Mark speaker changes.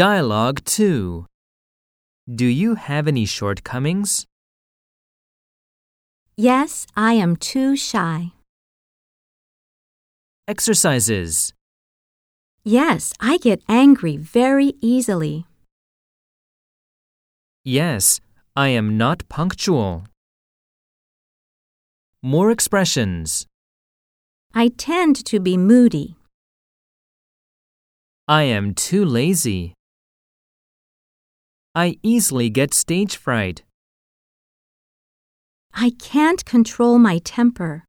Speaker 1: Dialogue 2 Do you have any shortcomings?
Speaker 2: Yes, I am too shy.
Speaker 1: Exercises.
Speaker 2: Yes, I get angry very easily.
Speaker 1: Yes, I am not punctual. More expressions.
Speaker 2: I tend to be moody.
Speaker 1: I am too lazy. I easily get stage fright.
Speaker 2: I can't control my temper.